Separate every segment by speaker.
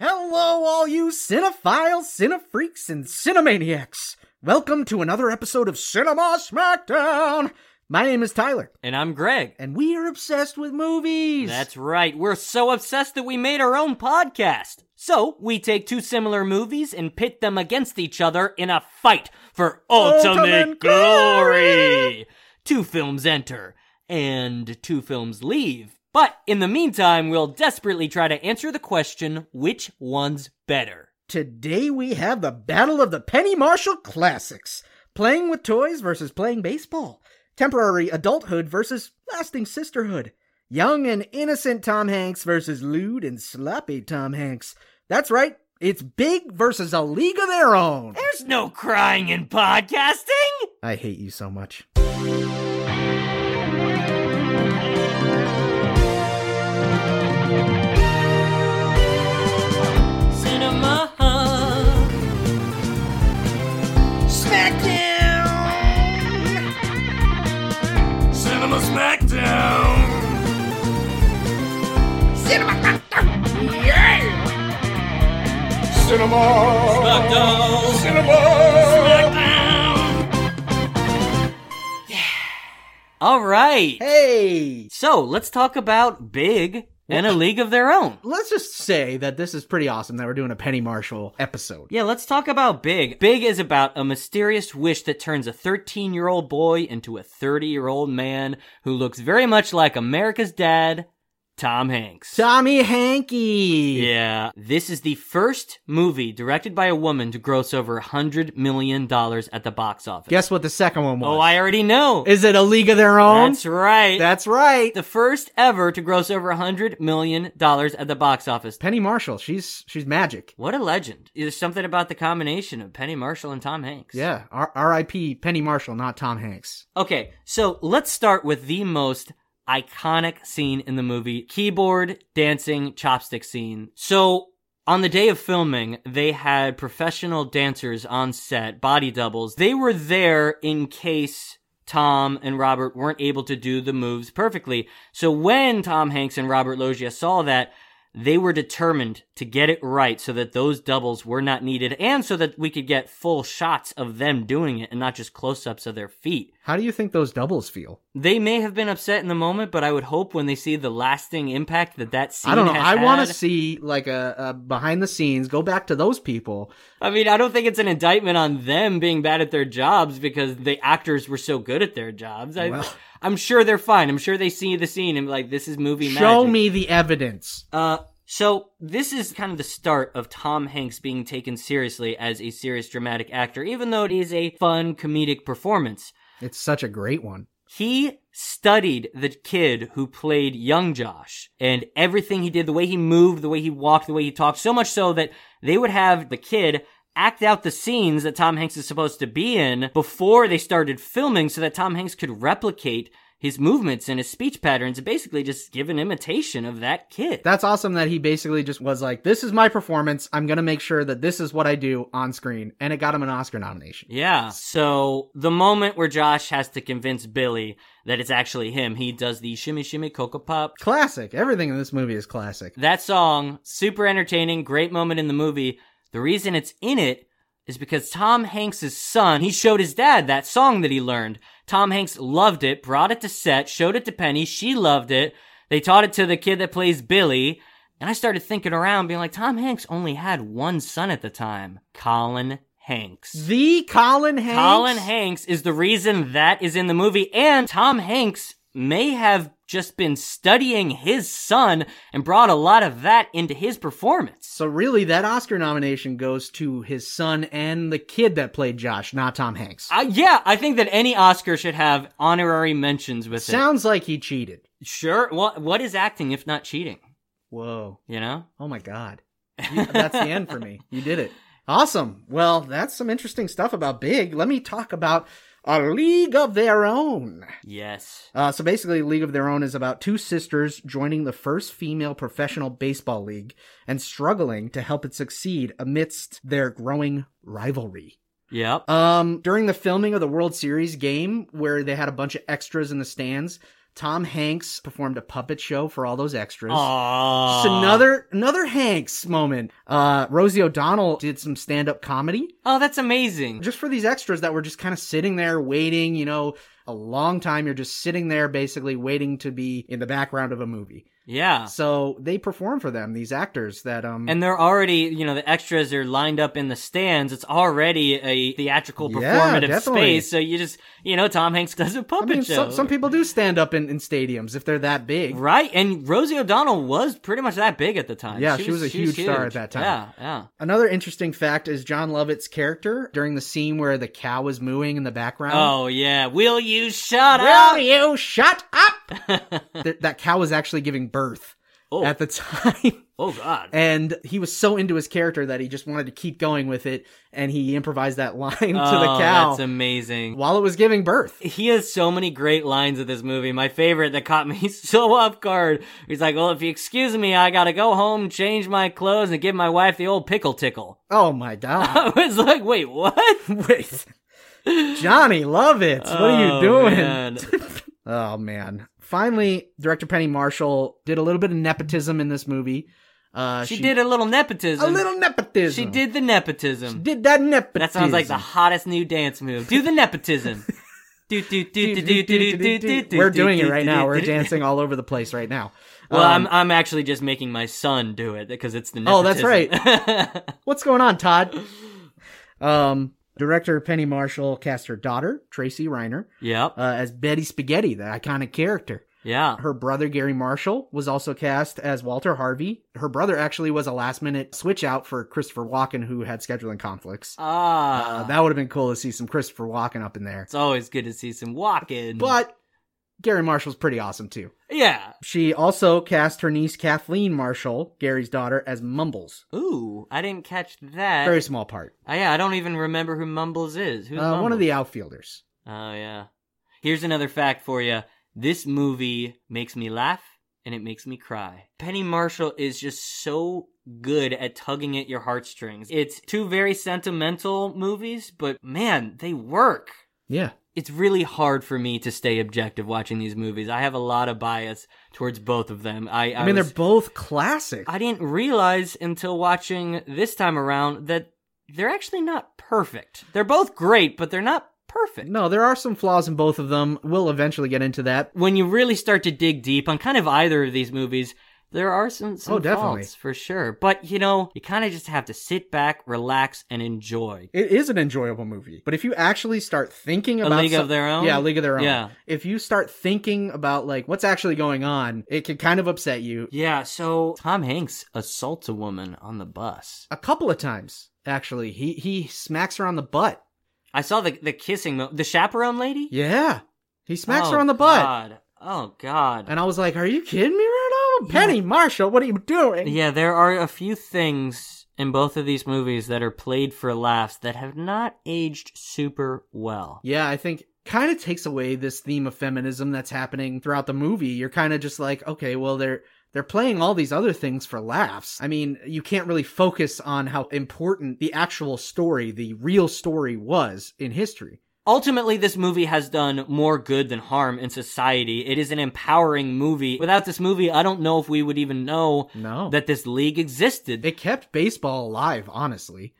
Speaker 1: Hello, all you cinephiles, cinefreaks, and cinemaniacs. Welcome to another episode of Cinema Smackdown. My name is Tyler,
Speaker 2: And I'm Greg.
Speaker 1: and we are obsessed with movies.
Speaker 2: That's right. We're so obsessed that we made our own podcast. So we take two similar movies and pit them against each other in a fight for ultimate,
Speaker 1: Ultimate
Speaker 2: glory. Two films enter and two films leave. But in the meantime, we'll desperately try to answer the question which one's better?
Speaker 1: Today we have the Battle of the Penny Marshall Classics. Playing with toys versus playing baseball. Temporary adulthood versus lasting sisterhood. Young and innocent Tom Hanks versus lewd and sloppy Tom Hanks. That's right, it's Big versus a League of Their Own.
Speaker 2: There's no crying in podcasting!
Speaker 1: I hate you so much.
Speaker 2: Cinema Smackdown. Cinema Smackdown. Cinema Smackdown. Yeah. Cinema Smackdown. Cinema Smackdown. Yeah. All right.
Speaker 1: Hey!
Speaker 2: So let's talk about Big and a League of Their Own.
Speaker 1: Let's just say that this is pretty awesome that we're doing a Penny Marshall episode.
Speaker 2: Yeah, let's talk about Big. Big is about a mysterious wish that turns a 13 year old boy into a 30 year old man who looks very much like America's dad, Tom Hanks.
Speaker 1: Tommy Hanky!
Speaker 2: yeah, this is the first movie directed by a woman to gross over $100 million at the box office.
Speaker 1: Guess what the second one was?
Speaker 2: oh, I already know.
Speaker 1: Is it a League of Their Own?
Speaker 2: That's right.
Speaker 1: That's right.
Speaker 2: the first ever to gross over $100 million at the box office.
Speaker 1: Penny Marshall, she's she's magic.
Speaker 2: What a legend. There's something about the combination of Penny Marshall and Tom Hanks.
Speaker 1: Yeah, R- R.I.P. Penny Marshall, not Tom Hanks.
Speaker 2: Okay, so let's start with the most iconic scene in the movie keyboard dancing chopstick scene. So, on the day of filming, they had professional dancers on set, body doubles. They were there in case Tom and Robert weren't able to do the moves perfectly. So, when Tom Hanks and Robert Loggia saw that, they were determined to get it right so that those doubles were not needed and so that we could get full shots of them doing it and not just close ups of their feet
Speaker 1: How do you think those doubles feel?
Speaker 2: they may have been upset in the moment, but I would hope when they see the lasting impact that that scene.
Speaker 1: I don't know. I want
Speaker 2: want
Speaker 1: to see like a, a behind the scenes. Go back to those people.
Speaker 2: I mean, I don't think it's an indictment on them being bad at their jobs because the actors were so good at their jobs. I,
Speaker 1: Well.
Speaker 2: I'm sure they're fine. I'm sure they see the scene and be like, "This is movie magic."
Speaker 1: Show me the evidence.
Speaker 2: Uh, so this is kind of the start of Tom Hanks being taken seriously as a serious dramatic actor, even though it is a fun comedic performance.
Speaker 1: It's such a great one.
Speaker 2: He studied the kid who played young Josh and everything he did, the way he moved, the way he walked, the way he talked, so much so that they would have the kid act out the scenes that Tom Hanks is supposed to be in before they started filming so that Tom Hanks could replicate his movements and his speech patterns, basically just give an imitation of that kid.
Speaker 1: That's awesome that he basically just was like, "This is my performance. I'm gonna make sure that this is what I do on screen," and it got him an Oscar nomination.
Speaker 2: Yeah. So the moment where Josh has to convince Billy that it's actually him, he does the shimmy shimmy coca pop
Speaker 1: Classic. Everything in this movie is classic.
Speaker 2: That song, super entertaining, great moment in the movie. The reason it's in it is because Tom Hanks' son, he showed his dad that song that he learned. Tom Hanks loved it, brought it to set, showed it to Penny. She loved it. They taught it to the kid that plays Billy. And I started thinking around, being like, Tom Hanks only had one son at the time Colin Hanks.
Speaker 1: The Colin Hanks.
Speaker 2: Colin Hanks is the reason that is in the movie, and Tom Hanks may have just been studying his son and brought a lot of that into his performance.
Speaker 1: So really, that Oscar nomination goes to his son and the kid that played Josh, not Tom Hanks.
Speaker 2: I, yeah, I think that any Oscar should have honorary mentions with
Speaker 1: Sounds like he cheated.
Speaker 2: it. Sure, what what is acting if not cheating?
Speaker 1: Whoa!
Speaker 2: You know,
Speaker 1: Oh my God! You- that's the end for me. You did it. Awesome. Well, that's some interesting stuff about Big. Let me talk about a league of their own.
Speaker 2: yes,
Speaker 1: Uh, so basically, League of Their Own is about two sisters joining the first female professional baseball league and struggling to help it succeed amidst their growing rivalry.
Speaker 2: yep.
Speaker 1: Um, during the filming of the World Series game, where they had a bunch of extras in the stands, Tom Hanks performed a puppet show for all those extras.
Speaker 2: Aww.
Speaker 1: Just another another Hanks moment. Uh, Rosie O'Donnell did some stand up comedy
Speaker 2: Oh, that's amazing.
Speaker 1: just for these extras that were just kind of sitting there waiting. You know, a long time. You're just sitting there basically waiting to be in the background of a movie.
Speaker 2: Yeah.
Speaker 1: So they perform for them these actors that um
Speaker 2: And they're already, you know, the extras are lined up in the stands. It's already a theatrical
Speaker 1: Yeah,
Speaker 2: performative
Speaker 1: definitely.
Speaker 2: space. So you just, you know, Tom Hanks does a
Speaker 1: I
Speaker 2: puppet
Speaker 1: mean,
Speaker 2: show.
Speaker 1: some, some people do stand up in, in stadiums if they're that big.
Speaker 2: Right, and Rosie O'Donnell was pretty much that big at the time.
Speaker 1: Yeah, she was a huge star at that time.
Speaker 2: Yeah, yeah.
Speaker 1: Another interesting fact is John Lovett's character during the scene where the cow was mooing in the background.
Speaker 2: Oh yeah. Will you shut
Speaker 1: Will
Speaker 2: up?
Speaker 1: you shut up? Th- that cow was actually giving birth
Speaker 2: Oh.
Speaker 1: at the time.
Speaker 2: oh God.
Speaker 1: and he was so into his character that he just wanted to keep going with it. And he improvised that line to
Speaker 2: Oh,
Speaker 1: the cow
Speaker 2: That's amazing.
Speaker 1: while it was giving birth.
Speaker 2: He has so many great lines in this movie. My favorite that caught me so off guard. He's like, "Well, if you excuse me, I gotta go home, change my clothes, and give my wife the old pickle tickle."
Speaker 1: Oh my God.
Speaker 2: I was like, "Wait, what?"
Speaker 1: Wait. Johnny Lovett, what are
Speaker 2: Oh,
Speaker 1: you doing?
Speaker 2: man.
Speaker 1: Oh man! Finally, director Penny Marshall did a little bit of nepotism in this movie. Uh,
Speaker 2: she, did a little nepotism.
Speaker 1: a little nepotism.
Speaker 2: She did the nepotism.
Speaker 1: She did that nepotism.
Speaker 2: That sounds like the hottest new dance move. Do the nepotism. Do, do, do, do, do, do, do, do, do,
Speaker 1: We're
Speaker 2: do,
Speaker 1: doing
Speaker 2: do,
Speaker 1: it right
Speaker 2: do,
Speaker 1: now.
Speaker 2: do,
Speaker 1: We're
Speaker 2: do.
Speaker 1: dancing all over the place right now.
Speaker 2: Well,
Speaker 1: Um,
Speaker 2: I'm I'm actually just making my son do it because it's the
Speaker 1: Oh, that's
Speaker 2: nepotism.
Speaker 1: what's going on, Todd? Um, director Penny Marshall cast her daughter Tracy Reiner
Speaker 2: yep.
Speaker 1: uh, as Betty Spaghetti, the iconic character.
Speaker 2: Yeah.
Speaker 1: Her brother Gary Marshall was also cast as Walter Harvey. Her brother actually was a last minute switch out for Christopher Walken, who had scheduling conflicts. Uh,
Speaker 2: Ah,
Speaker 1: that would have been cool to see some Christopher Walken up in there.
Speaker 2: it's always good to see some walking.
Speaker 1: But Gary Marshall's pretty awesome too.
Speaker 2: yeah.
Speaker 1: She also cast her niece Kathleen Marshall, Gary's daughter, as Mumbles.
Speaker 2: Ooh, I didn't catch that.
Speaker 1: Very small part.
Speaker 2: Oh, yeah, I don't even remember who Mumbles is. Who's
Speaker 1: Uh, one
Speaker 2: Mumbles?
Speaker 1: of the outfielders.
Speaker 2: Oh yeah. Here's another fact for you. This movie makes me laugh and it makes me cry. Penny Marshall is just so good at tugging at your heartstrings. It's two very sentimental movies, but man, they work.
Speaker 1: Yeah.
Speaker 2: It's really hard for me to stay objective watching these movies. I have a lot of bias towards both of them. I
Speaker 1: I, mean,
Speaker 2: was-
Speaker 1: they're both classic.
Speaker 2: I didn't realize until watching this time around that they're actually not perfect. They're both great, but they're not perfect.
Speaker 1: no, there are some flaws in both of them. We'll eventually get into that.
Speaker 2: when you really start to dig deep on kind of either of these movies, there are some, some
Speaker 1: Oh, definitely.
Speaker 2: faults for sure. But you know, you kind of just have to sit back, relax, and enjoy.
Speaker 1: It is an enjoyable movie, but if you actually start thinking about
Speaker 2: League
Speaker 1: some-
Speaker 2: of Their Own?
Speaker 1: yeah, League of Their Own,
Speaker 2: Yeah.
Speaker 1: If you start thinking about like what's actually going on, it can kind of upset you
Speaker 2: Yeah. So Tom Hanks assaults a woman on the bus.
Speaker 1: a couple of times. Actually, he he smacks her on the butt.
Speaker 2: I saw the the kissing, mo- the chaperone lady.
Speaker 1: Yeah, he smacks
Speaker 2: Oh,
Speaker 1: her on the butt.
Speaker 2: God. Oh God.
Speaker 1: And I was like, "Are you kidding me right now,
Speaker 2: Yeah.
Speaker 1: Penny Marshall? What are you doing?"
Speaker 2: Yeah, there are a few things in both of these movies that are played for laughs that have not aged super well.
Speaker 1: Yeah, I think kind of takes away this theme of feminism that's happening throughout the movie. You're kind of just like, okay, well they're they're playing all these other things for laughs. I mean, you can't really focus on how important the actual story, the real story was in history.
Speaker 2: Ultimately, this movie has done more good than harm in society. It is an empowering movie. Without this movie, I don't know if we would even know
Speaker 1: No.
Speaker 2: that this league existed.
Speaker 1: it kept baseball alive, honestly.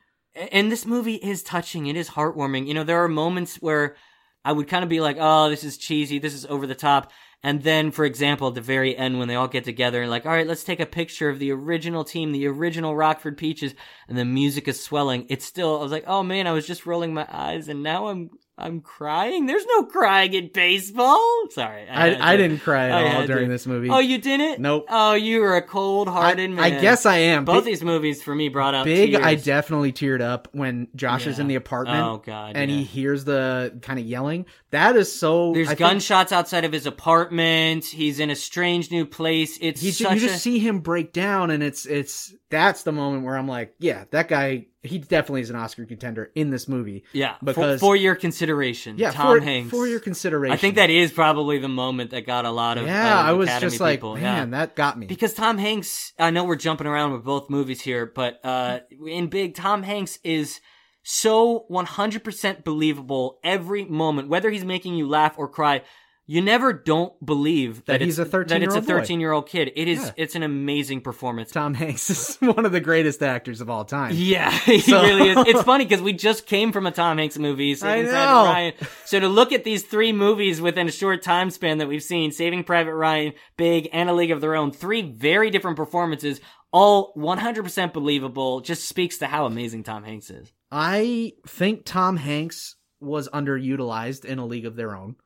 Speaker 2: And this movie is touching. It is heartwarming. You know, there are moments where I would kind of be like, oh, this is cheesy. This is over the top. And then, for example, at the very end, when they all get together and like, all right, let's take a picture of the original team, the original Rockford Peaches, and the music is swelling. It's still, I was like, oh man, I was just rolling my eyes and now I'm, I'm crying. There's no crying in baseball. Sorry. had
Speaker 1: I, I
Speaker 2: to-
Speaker 1: didn't cry
Speaker 2: I
Speaker 1: at all
Speaker 2: had
Speaker 1: during
Speaker 2: to-
Speaker 1: this movie.
Speaker 2: Oh, you didn't?
Speaker 1: Nope.
Speaker 2: Oh, you were a cold hearted
Speaker 1: I,
Speaker 2: man.
Speaker 1: I guess I am.
Speaker 2: both
Speaker 1: Bi-
Speaker 2: these movies for me brought out
Speaker 1: big, I
Speaker 2: tears.
Speaker 1: definitely teared up when Josh is
Speaker 2: Yeah.
Speaker 1: in the apartment.
Speaker 2: Oh god.
Speaker 1: and
Speaker 2: yeah.
Speaker 1: he hears the kind of yelling. That is so.
Speaker 2: There's
Speaker 1: I think
Speaker 2: gunshots outside of his apartment. He's in a strange new place. It's
Speaker 1: He, ju-
Speaker 2: such
Speaker 1: you just
Speaker 2: a
Speaker 1: see him break down, and it's it's that's the moment where I'm like, yeah, that guy. He definitely is an Oscar contender in this movie.
Speaker 2: yeah for-
Speaker 1: because-
Speaker 2: for, your consideration.
Speaker 1: Yeah,
Speaker 2: Tom
Speaker 1: for,
Speaker 2: Hanks.
Speaker 1: for your consideration.
Speaker 2: I think that is probably the moment that got a lot of
Speaker 1: Yeah,
Speaker 2: uh,
Speaker 1: I was
Speaker 2: Academy
Speaker 1: just like,
Speaker 2: people.
Speaker 1: man,
Speaker 2: yeah.
Speaker 1: that got me.
Speaker 2: Because Tom Hanks, I know we're jumping around with both movies here, but uh, in Big, Tom Hanks is so 100% believable every moment, whether he's making you laugh or cry. You never don't believe that,
Speaker 1: That he's
Speaker 2: it's-
Speaker 1: a
Speaker 2: that it's a
Speaker 1: 13-year-old boy.
Speaker 2: 13 year old kid. It is
Speaker 1: Yeah.
Speaker 2: it's an amazing performance.
Speaker 1: Tom Hanks is one of the greatest actors of all time.
Speaker 2: Yeah, he
Speaker 1: So-
Speaker 2: really is. It's funny because we just came from a Tom Hanks movie,
Speaker 1: I
Speaker 2: Saving
Speaker 1: know.
Speaker 2: Private Ryan. So to look at these three movies within a short time span that we've seen, Saving Private Ryan, Big, and A League of Their Own, three very different performances, all 100% believable, just speaks to how amazing Tom Hanks is.
Speaker 1: I think Tom Hanks was underutilized in A League of Their Own.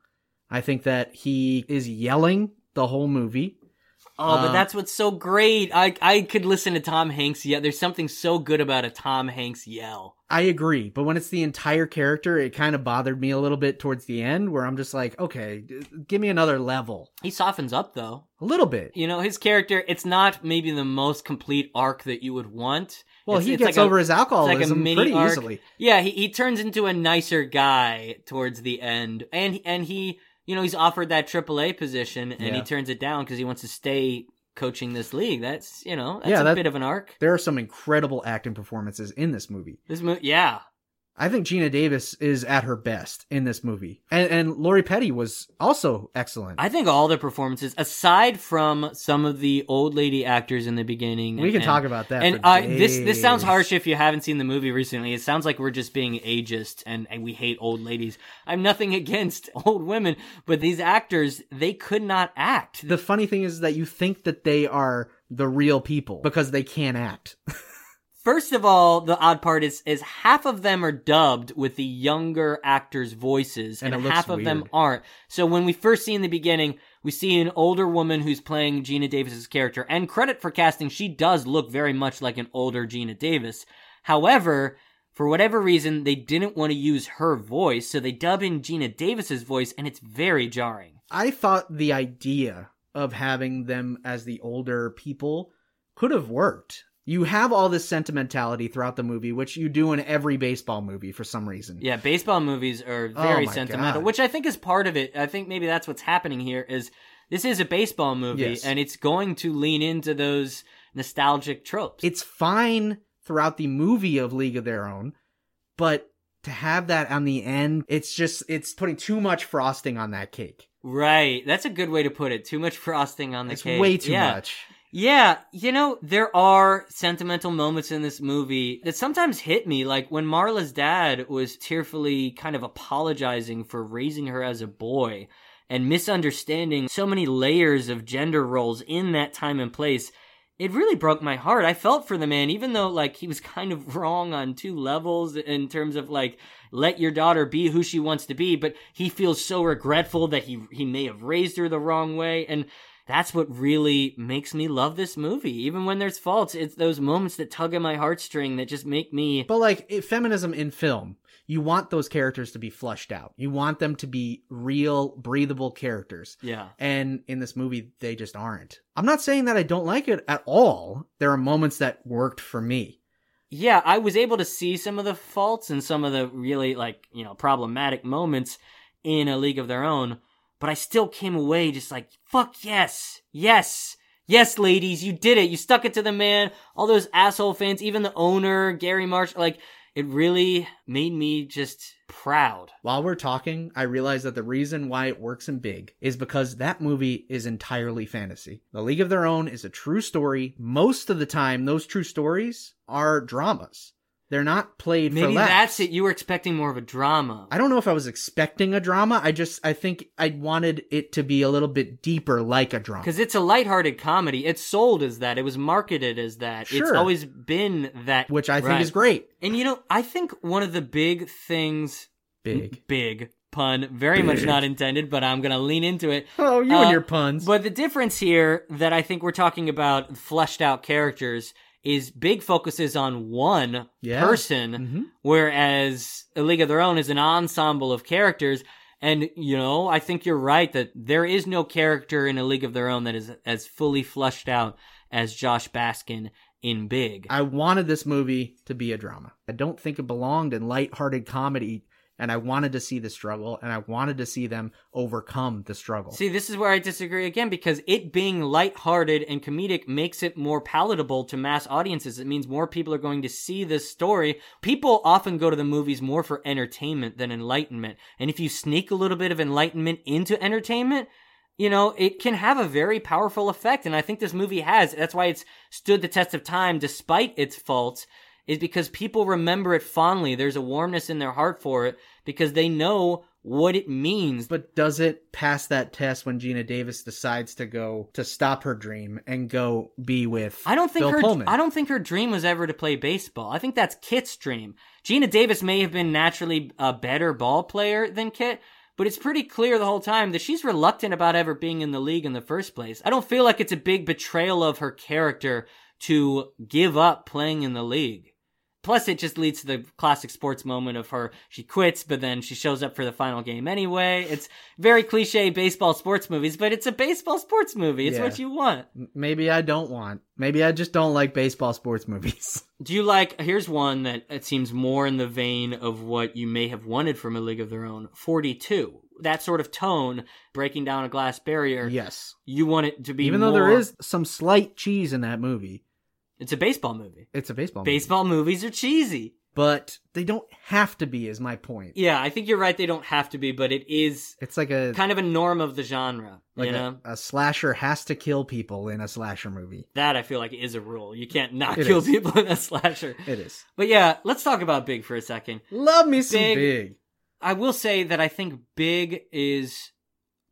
Speaker 1: I think that he is yelling the whole movie.
Speaker 2: Oh, but
Speaker 1: Um,
Speaker 2: that's what's so great. I I could listen to Tom Hanks. Yeah, there's something so good about a Tom Hanks yell.
Speaker 1: I agree, but when it's the entire character, it kind of bothered me a little bit towards the end where I'm just like, okay, g- give me another level.
Speaker 2: He softens up though.
Speaker 1: A little bit.
Speaker 2: You know, his character, it's not maybe the most complete arc that you would want.
Speaker 1: Well,
Speaker 2: It's-
Speaker 1: he
Speaker 2: it's
Speaker 1: gets
Speaker 2: like a-
Speaker 1: over his alcoholism
Speaker 2: mini
Speaker 1: pretty
Speaker 2: arc.
Speaker 1: easily.
Speaker 2: Yeah, he, he turns into a nicer guy towards the end, and and he you know he's offered that AAA position, and he
Speaker 1: Yeah.
Speaker 2: turns it down because he wants to stay coaching this league. That's you know that's
Speaker 1: Yeah,
Speaker 2: a
Speaker 1: that-
Speaker 2: bit of an arc.
Speaker 1: There are some incredible acting performances in this movie.
Speaker 2: This movie, yeah,
Speaker 1: I think Gina Davis is at her best in this movie. And, and Lori Petty was also excellent.
Speaker 2: I think all the performances, aside from some of the old lady actors in the beginning,
Speaker 1: we can
Speaker 2: and-
Speaker 1: talk about that.
Speaker 2: And
Speaker 1: for
Speaker 2: uh, this this sounds
Speaker 1: days.
Speaker 2: harsh if you haven't seen the movie recently. It sounds like we're just being ageist and, and we hate old ladies. I'm nothing against old women, but these actors they could not act.
Speaker 1: The funny thing is that you think that they are the real people because they can't act.
Speaker 2: First of all, the odd part is is half of them are dubbed with the younger actors' voices, and,
Speaker 1: And it looks
Speaker 2: half of them
Speaker 1: weird.
Speaker 2: aren't. So when we first see in the beginning, we see an older woman who's playing Gina Davis's character, and credit for casting, she does look very much like an older Gina Davis. However, for whatever reason, they didn't want to use her voice, so they dub in Gina Davis's voice, and it's very jarring.
Speaker 1: I thought the idea of having them as the older people could have worked. You have all this sentimentality throughout the movie, which you do in every baseball movie for some reason.
Speaker 2: Yeah, baseball movies are
Speaker 1: Oh
Speaker 2: very
Speaker 1: my
Speaker 2: sentimental,
Speaker 1: God.
Speaker 2: which I think is part of it. I think maybe that's what's happening here is this is a baseball movie
Speaker 1: Yes.
Speaker 2: and it's going to lean into those nostalgic tropes.
Speaker 1: It's fine throughout the movie of League of Their Own, but to have that on the end, it's just, it's putting too much frosting on that cake.
Speaker 2: right. That's a good way to put it. Too much frosting on the
Speaker 1: It's
Speaker 2: cake.
Speaker 1: way too
Speaker 2: yeah.
Speaker 1: much.
Speaker 2: Yeah, you know, there are sentimental moments in this movie that sometimes hit me, like when Marla's dad was tearfully kind of apologizing for raising her as a boy and misunderstanding so many layers of gender roles in that time and place. It really broke my heart. I felt for the man, even though, like, he was kind of wrong on two levels in terms of, like, let your daughter be who she wants to be, but he feels so regretful that he, he may have raised her the wrong way. And that's what really makes me love this movie. Even when there's faults, it's those moments that tug at my heartstring that just make me.
Speaker 1: But like it, feminism in film, you want those characters to be flushed out. You want them to be real, breathable characters.
Speaker 2: Yeah.
Speaker 1: And in this movie, they just aren't. I'm not saying that I don't like it at all. There are moments that worked for me.
Speaker 2: Yeah, I was able to see some of the faults and some of the really, like, you know, problematic moments in A League of Their Own, but I still came away just like, fuck yes, yes, yes, ladies, you did it. You stuck it to the man. All those asshole fans, even the owner, Gary Marsh, like, it really made me just proud.
Speaker 1: While we're talking, I realize that the reason why it works in big is because that movie is entirely fantasy. The League of Their Own is a true story. Most of the time, those true stories are dramas. They're not played for
Speaker 2: Maybe
Speaker 1: laughs.
Speaker 2: that's it. You were expecting more of a drama.
Speaker 1: I don't know if I was expecting a drama. I just I think I wanted it to be a little bit deeper, like a drama.
Speaker 2: Because it's a lighthearted comedy. It's sold as that. It was marketed as that. It's
Speaker 1: Sure.
Speaker 2: always been that.
Speaker 1: which I think
Speaker 2: Right.
Speaker 1: is great.
Speaker 2: And you know, I think one of the big things.
Speaker 1: Big.
Speaker 2: Big pun. Very much not intended, but I'm going to lean into it.
Speaker 1: Oh, you
Speaker 2: Uh,
Speaker 1: and your puns.
Speaker 2: But the difference here that I think we're talking about fleshed out characters is big focuses on one
Speaker 1: Yeah.
Speaker 2: person,
Speaker 1: Mhm.
Speaker 2: whereas A League of Their Own is an ensemble of characters. And, you know, I think you're right that there is no character in A League of Their Own that is as fully fleshed out as Josh Baskin in Big.
Speaker 1: I wanted this movie to be a drama. I don't think it belonged in lighthearted comedy and I wanted to see the struggle and I wanted to see them overcome the struggle.
Speaker 2: See, this is where I disagree again because it being lighthearted and comedic makes it more palatable to mass audiences. It means more people are going to see this story. People often go to the movies more for entertainment than enlightenment. And if you sneak a little bit of enlightenment into entertainment, you know, it can have a very powerful effect. And I think this movie has. That's why it's stood the test of time despite its faults is because people remember it fondly. There's a warmness in their heart for it because they know what it means.
Speaker 1: But does it pass that test when Gina Davis decides to go to stop her dream and go be with
Speaker 2: I don't think
Speaker 1: Bill
Speaker 2: her
Speaker 1: Pullman?
Speaker 2: I don't think her dream was ever to play baseball. I think that's Kit's dream. Gina Davis may have been naturally a better ball player than Kit, but it's pretty clear the whole time that she's reluctant about ever being in the league in the first place. I don't feel like it's a big betrayal of her character to give up playing in the league. Plus, it just leads to the classic sports moment of her. She quits, but then she shows up for the final game anyway. It's very cliche baseball sports movies, but it's a baseball sports movie. It's
Speaker 1: Yeah.
Speaker 2: what you want.
Speaker 1: Maybe I don't want. Maybe I just don't like baseball sports movies.
Speaker 2: Do you like? Here's one that it seems more in the vein of what you may have wanted from A League of Their Own. Forty two. That sort of tone, breaking down a glass barrier.
Speaker 1: yes.
Speaker 2: You want it to be
Speaker 1: Even though there
Speaker 2: more-
Speaker 1: is some slight cheese in that movie,
Speaker 2: It's a baseball movie.
Speaker 1: it's a baseball movie.
Speaker 2: Baseball movies are cheesy.
Speaker 1: But they don't have to be is my point.
Speaker 2: Yeah, I think you're right. They don't have to be, but it is
Speaker 1: It's like a
Speaker 2: kind of a norm of the genre.
Speaker 1: like
Speaker 2: you
Speaker 1: a-
Speaker 2: know,
Speaker 1: a, slasher has to kill people in a slasher movie.
Speaker 2: that I feel like is a rule. You can't not
Speaker 1: It
Speaker 2: kill
Speaker 1: is.
Speaker 2: people in a slasher.
Speaker 1: It is.
Speaker 2: But yeah, let's talk about Big for a second.
Speaker 1: Love me some
Speaker 2: Big-
Speaker 1: big.
Speaker 2: I will say that I think Big is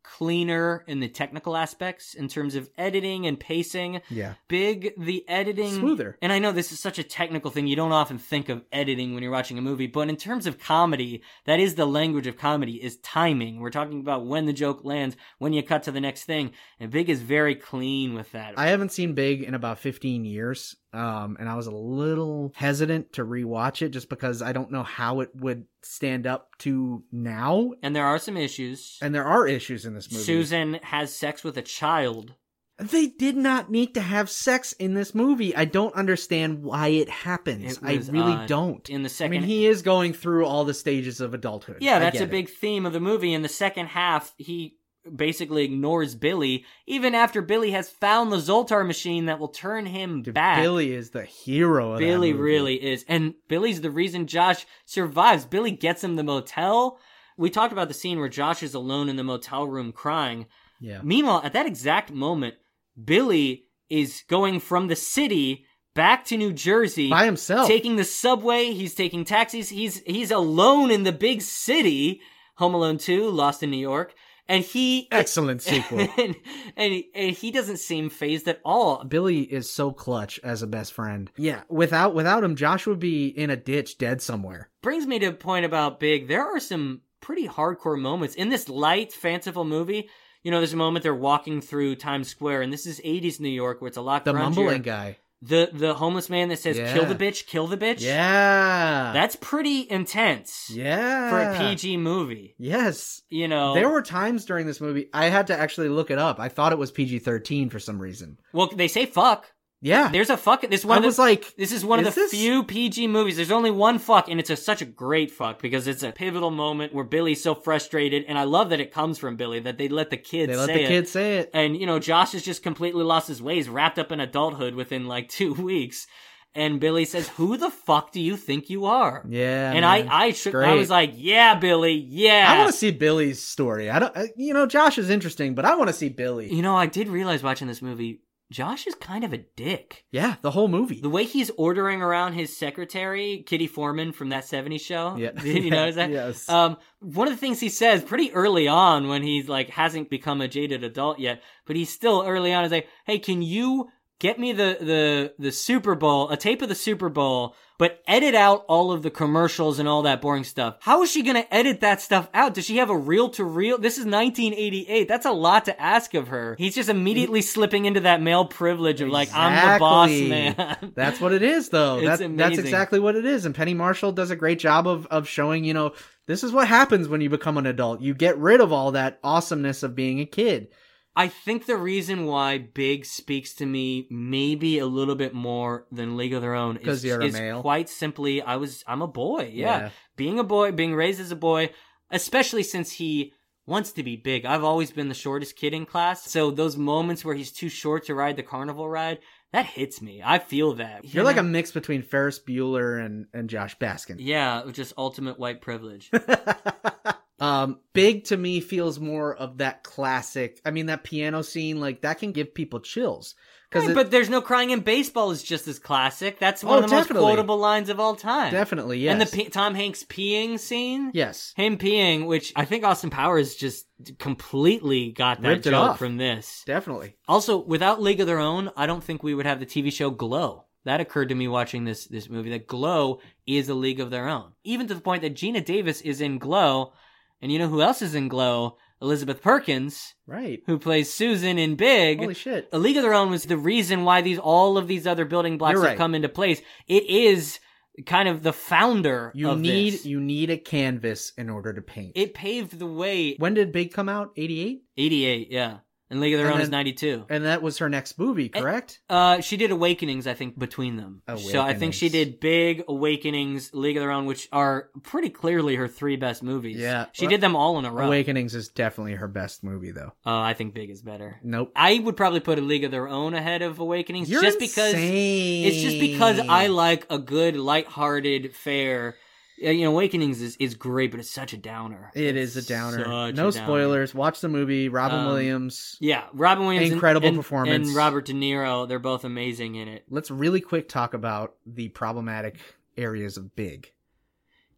Speaker 2: cleaner in the technical aspects in terms of editing and pacing.
Speaker 1: Yeah.
Speaker 2: Big, the editing.
Speaker 1: Smoother.
Speaker 2: And I know this is such a technical thing. You don't often think of editing when you're watching a movie, but in terms of comedy, that is the language of comedy is timing. We're talking about when the joke lands, when you cut to the next thing. And Big is very clean with that.
Speaker 1: I haven't seen Big in about 15 years, um, and I was a little hesitant to rewatch it just because I don't know how it would stand up to now.
Speaker 2: and there are some issues.
Speaker 1: And there are issues in this movie.
Speaker 2: Susan has sex with a child.
Speaker 1: They did not need to have sex in this movie. I don't understand why it happens.
Speaker 2: It
Speaker 1: I
Speaker 2: was
Speaker 1: really
Speaker 2: odd.
Speaker 1: don't.
Speaker 2: In the
Speaker 1: I
Speaker 2: second
Speaker 1: mean, he is going through all the stages of adulthood.
Speaker 2: Yeah,
Speaker 1: I
Speaker 2: that's
Speaker 1: get
Speaker 2: a
Speaker 1: it.
Speaker 2: big theme of the movie. In the second half, he basically ignores Billy, even after Billy has found the Zoltar machine that will turn him
Speaker 1: Dude,
Speaker 2: back.
Speaker 1: Billy is the hero of that
Speaker 2: Billy
Speaker 1: movie.
Speaker 2: really is. And Billy's the reason Josh survives. Billy gets him the motel. We talked about the scene where Josh is alone in the motel room crying.
Speaker 1: Yeah.
Speaker 2: Meanwhile, at that exact moment, Billy is going from the city back to New Jersey.
Speaker 1: By himself.
Speaker 2: Taking the subway, he's taking taxis. He's he's alone in the big city. Home Alone 2, Lost in New York, and he
Speaker 1: Excellent sequel.
Speaker 2: and, and and he doesn't seem phased at all.
Speaker 1: Billy is so clutch as a best friend. Yeah, without without him, Josh would be in a ditch, dead somewhere.
Speaker 2: Brings me to a point about Big. There are some pretty hardcore moments in this light, fanciful movie. You know, there's a moment they're walking through Times Square, and this is 80s New York where it's a lot
Speaker 1: The
Speaker 2: grungier.
Speaker 1: mumbling guy.
Speaker 2: The the homeless man that says,
Speaker 1: Yeah.
Speaker 2: "Kill the bitch, kill the bitch."
Speaker 1: Yeah.
Speaker 2: that's pretty intense
Speaker 1: yeah.
Speaker 2: for a Oh. PG movie.
Speaker 1: Yes.
Speaker 2: You know,
Speaker 1: There were times during this movie I had to actually look it up. I thought it was PG thirteen for some reason.
Speaker 2: Well, they say fuck.
Speaker 1: Yeah.
Speaker 2: There's a fuck. This
Speaker 1: I
Speaker 2: one of
Speaker 1: was
Speaker 2: the,
Speaker 1: like,
Speaker 2: this is one of
Speaker 1: is
Speaker 2: the
Speaker 1: this-
Speaker 2: few PG movies. There's only one fuck, and it's a, such a great fuck because it's a pivotal moment where Billy's so frustrated, and I love that it comes from Billy that they let the kids
Speaker 1: they let
Speaker 2: say
Speaker 1: the
Speaker 2: it.
Speaker 1: kids say it.
Speaker 2: And you know, Josh has just completely lost his ways, wrapped up in adulthood within like two weeks. And Billy says, "Who the fuck do you think you are?"
Speaker 1: Yeah.
Speaker 2: and
Speaker 1: man.
Speaker 2: I, I, shook, I
Speaker 1: Great.
Speaker 2: was like, "Yeah, Billy, yeah."
Speaker 1: I want to see Billy's story. I don't. uh, You know, Josh is interesting, but I want to see Billy.
Speaker 2: you know, I did realize watching this movie, Josh is kind of a dick.
Speaker 1: Yeah, the whole movie.
Speaker 2: The way he's ordering around his secretary, Kitty Foreman from that 70s show.
Speaker 1: Yeah.
Speaker 2: Did you notice that?
Speaker 1: Yes.
Speaker 2: Um, one of the things he says pretty early on when he's like hasn't become a jaded adult yet, but he's still early on is like, Hey, can you get me the, the, the Super Bowl, a tape of the Super Bowl, but edit out all of the commercials and all that boring stuff? How is she going to edit that stuff out? Does she have a reel to reel? This is 1988. That's a lot to ask of her. He's just immediately slipping into that male privilege of like, I'm the boss
Speaker 1: Exactly.
Speaker 2: man.
Speaker 1: That's what it is, though.
Speaker 2: It's
Speaker 1: That, that's
Speaker 2: amazing.
Speaker 1: exactly what it is. And Penny Marshall does a great job of of showing, you know, this is what happens when you become an adult. You get rid of all that awesomeness of being a kid.
Speaker 2: I think the reason why Big speaks to me maybe a little bit more than League of Their Own
Speaker 1: 'Cause
Speaker 2: is,
Speaker 1: you're a
Speaker 2: is
Speaker 1: male.
Speaker 2: quite simply I was I'm a boy. Yeah. Being a boy, being raised as a boy, especially since he wants to be big. I've always been the shortest kid in class. So those moments where he's too short to ride the carnival ride, that hits me. I feel that.
Speaker 1: You're like
Speaker 2: know?
Speaker 1: a mix between Ferris Bueller and, and Josh Baskin.
Speaker 2: Yeah, just ultimate white privilege.
Speaker 1: um, Big to me feels more of that classic. I mean, that piano scene, like that can give people chills. Because
Speaker 2: Right, but there's no crying in baseball is just as classic. That's
Speaker 1: Oh,
Speaker 2: one of the
Speaker 1: definitely.
Speaker 2: most quotable lines of all time.
Speaker 1: definitely, yes.
Speaker 2: And the pe- Tom Hanks peeing scene,
Speaker 1: yes.
Speaker 2: him peeing, which I think Austin Powers just completely got that
Speaker 1: Ripped it
Speaker 2: joke
Speaker 1: off.
Speaker 2: from this.
Speaker 1: Definitely.
Speaker 2: Also, without League of Their Own, I don't think we would have the TV show Glow. That occurred to me watching this this movie that Glow is a League of Their Own. Even to the point that Gina Davis is in Glow, and you know who else is in Glow? Elizabeth Perkins,
Speaker 1: Right.
Speaker 2: who plays Susan in Big.
Speaker 1: Holy shit.
Speaker 2: A League of Their Own was the reason why these all of these other building blocks
Speaker 1: You're right.
Speaker 2: have come into place. It is kind of the founder
Speaker 1: You
Speaker 2: of
Speaker 1: need
Speaker 2: this.
Speaker 1: you need a canvas in order to paint.
Speaker 2: it paved the way.
Speaker 1: when did Big come out? 88?
Speaker 2: 88, yeah. And League of Their
Speaker 1: And
Speaker 2: Own is
Speaker 1: then-
Speaker 2: 92.
Speaker 1: And that was her next movie, correct?
Speaker 2: Uh, she did Awakenings, I think, between them. So I think she
Speaker 1: Awakenings.
Speaker 2: did Big, Awakenings, League of Their Own, which are pretty clearly her three best movies.
Speaker 1: Yeah.
Speaker 2: She did them all in a row.
Speaker 1: Awakenings is definitely her best movie though.
Speaker 2: Uh, I think Big is better.
Speaker 1: Nope.
Speaker 2: I would probably put A League of Their Own ahead of Awakenings
Speaker 1: You're
Speaker 2: just because
Speaker 1: insane.
Speaker 2: It's just because I like a good, lighthearted fair. Yeah, You know, Awakenings is, is great, but it's such a downer.
Speaker 1: It is a
Speaker 2: It's
Speaker 1: downer.
Speaker 2: such a
Speaker 1: no
Speaker 2: downer.
Speaker 1: spoilers. Watch the movie. Robin
Speaker 2: Um,
Speaker 1: Williams.
Speaker 2: Yeah, Robin Williams, and-
Speaker 1: Incredible
Speaker 2: and-
Speaker 1: performance.
Speaker 2: and Robert De Niro. They're both amazing in it.
Speaker 1: Let's really quick talk about the problematic areas of Big.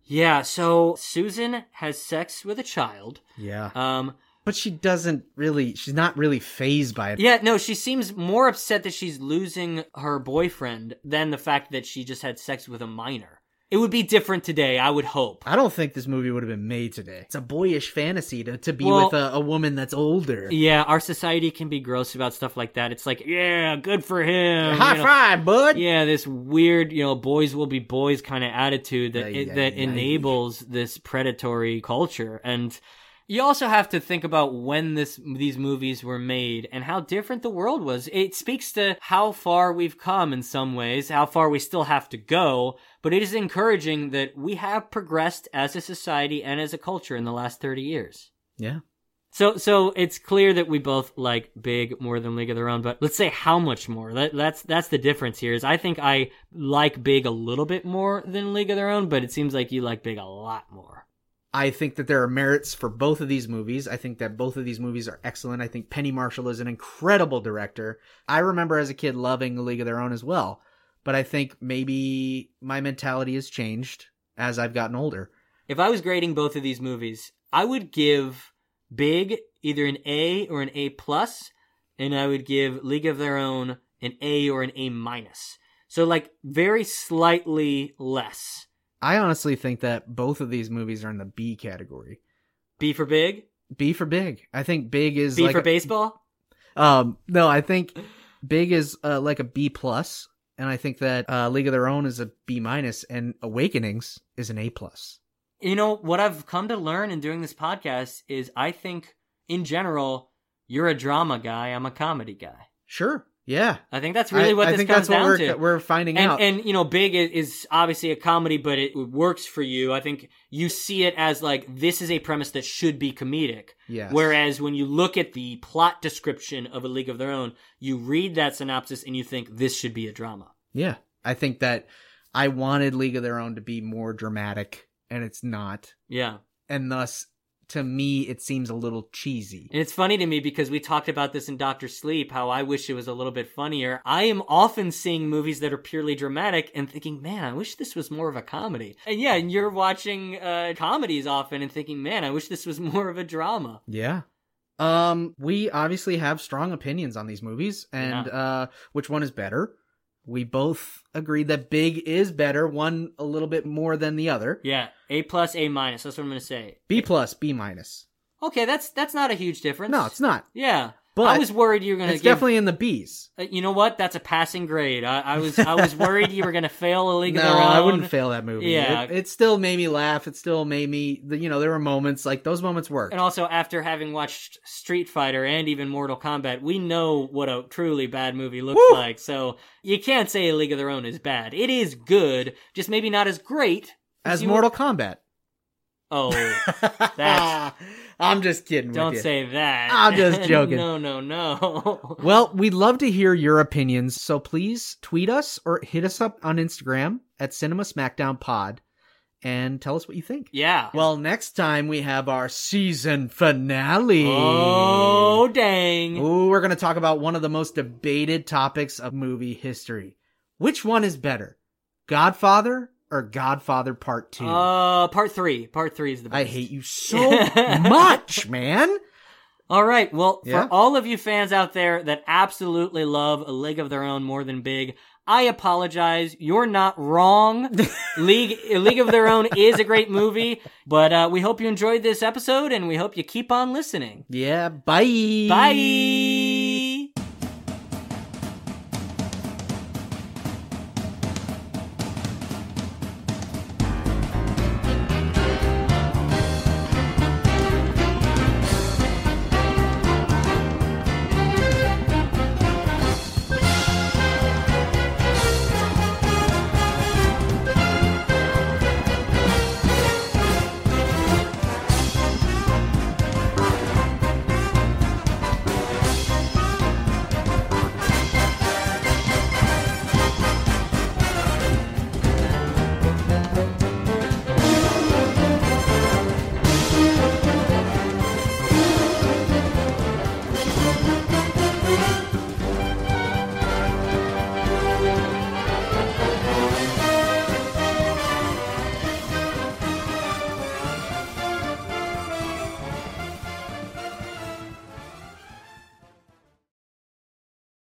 Speaker 2: Yeah. So Susan has sex with a child.
Speaker 1: Yeah.
Speaker 2: Um.
Speaker 1: But she doesn't really, she's not really phased by it.
Speaker 2: Yeah. No, she seems more upset that she's losing her boyfriend than the fact that she just had sex with a minor. It would be different today, I would hope.
Speaker 1: I don't think this movie would have been made today. It's a boyish fantasy to, to be
Speaker 2: Well-
Speaker 1: with a, a woman that's older.
Speaker 2: Yeah, our society can be gross about stuff like that. It's like, yeah, good for him.
Speaker 1: High
Speaker 2: Um, you know.
Speaker 1: five, bud.
Speaker 2: yeah this weird you know boys will be boys kind of attitude that
Speaker 1: Ay,
Speaker 2: it,
Speaker 1: ay,
Speaker 2: that
Speaker 1: ay.
Speaker 2: enables this predatory culture and you also have to think about when this these movies were made and how different the world was it speaks to how far we've come in some ways how far we still have to go but it is encouraging that we have progressed as a society and as a culture in the last 30 years
Speaker 1: Yeah.
Speaker 2: so, so it's clear that we both like Big more than League of Their Own, but let's say how much more. That, that's that's the difference here. Is I think I like Big a little bit more than League of Their Own, but it seems like you like Big a lot more.
Speaker 1: I think that there are merits for both of these movies. I think that both of these movies are excellent. I think Penny Marshall is an incredible director. I remember as a kid loving A League of Their Own as well, but I think maybe my mentality has changed as I've gotten older.
Speaker 2: If I was grading both of these movies, I would give Big either an A or an A plus, and I would give League of Their Own an A or an A minus. So like very slightly less.
Speaker 1: I honestly think that both of these movies are in the B category.
Speaker 2: B for Big,
Speaker 1: B for big. I think big is
Speaker 2: B
Speaker 1: like
Speaker 2: for baseball.
Speaker 1: um no, I think big is uh, like a B plus, and I think that uh, League of Their Own is a B minus, and Awakenings is an A plus.
Speaker 2: You know, what I've come to learn in doing this podcast is I think, in general, you're a drama guy, I'm a comedy guy.
Speaker 1: Sure. Yeah.
Speaker 2: I think that's really
Speaker 1: I,
Speaker 2: what
Speaker 1: I
Speaker 2: this
Speaker 1: think that's
Speaker 2: comes
Speaker 1: what
Speaker 2: down
Speaker 1: we're,
Speaker 2: to.
Speaker 1: we're finding out.
Speaker 2: and, and, you know, Big is, is obviously a comedy, but it works for you. I think you see it as like, this is a premise that should be comedic.
Speaker 1: yes.
Speaker 2: Whereas when you look at the plot description of A League of Their Own, you read that synopsis and you think this should be a drama.
Speaker 1: yeah, I think that I wanted League of Their Own to be more dramatic, and it's not,
Speaker 2: Yeah.
Speaker 1: and thus to me it seems a little cheesy.
Speaker 2: And it's funny to me because we talked about this in Doctor Sleep, how I wish it was a little bit funnier. I am often seeing movies that are purely dramatic and thinking, man, I wish this was more of a comedy. And yeah, and you're watching uh, comedies often and thinking, man, I wish this was more of a drama.
Speaker 1: Yeah. Um, we obviously have strong opinions on these movies and
Speaker 2: Yeah.
Speaker 1: uh which one is better. We both agreed that Big is better, one a little bit more than the other.
Speaker 2: Yeah, A plus, A minus. That's what I'm gonna say.
Speaker 1: B plus, B minus.
Speaker 2: Okay, that's that's not a huge difference.
Speaker 1: No, it's not.
Speaker 2: yeah.
Speaker 1: But
Speaker 2: I was worried you were going to
Speaker 1: it's
Speaker 2: give.
Speaker 1: definitely in the B's.
Speaker 2: uh, you know what? That's a passing grade. I, I was I was worried you were going to fail a league
Speaker 1: No,
Speaker 2: of their own.
Speaker 1: I wouldn't fail that movie.
Speaker 2: Yeah.
Speaker 1: It, it still made me laugh. It still made me, the- you know, there were moments like those moments worked.
Speaker 2: And also, after having watched Street Fighter and even Mortal Kombat, we know what a truly bad movie looks
Speaker 1: Woo!
Speaker 2: like. So you can't say A League of Their Own is bad. It is good, just maybe not as great
Speaker 1: As
Speaker 2: you-
Speaker 1: Mortal Kombat.
Speaker 2: Oh,
Speaker 1: That's, I'm just kidding.
Speaker 2: don't
Speaker 1: with you.
Speaker 2: say that.
Speaker 1: I'm just joking.
Speaker 2: no, no, no.
Speaker 1: Well, we'd love to hear your opinions, so please tweet us or hit us up on Instagram at Cinema Smackdown Pod and tell us what you think.
Speaker 2: yeah.
Speaker 1: Well, next time we have our season finale.
Speaker 2: Oh, dang.
Speaker 1: Ooh, we're going to talk about one of the most debated topics of movie history. Which one is better, Godfather or Godfather Part 2?
Speaker 2: Uh, part three. Part three is the best.
Speaker 1: I hate you so much, man.
Speaker 2: All right. Well,
Speaker 1: Yeah.
Speaker 2: for all of you fans out there that absolutely love A League of Their Own more than Big, I apologize. You're not wrong. League A League of Their Own is a great movie, but uh, we hope you enjoyed this episode and we hope you keep on listening.
Speaker 1: Yeah, bye.
Speaker 2: Bye.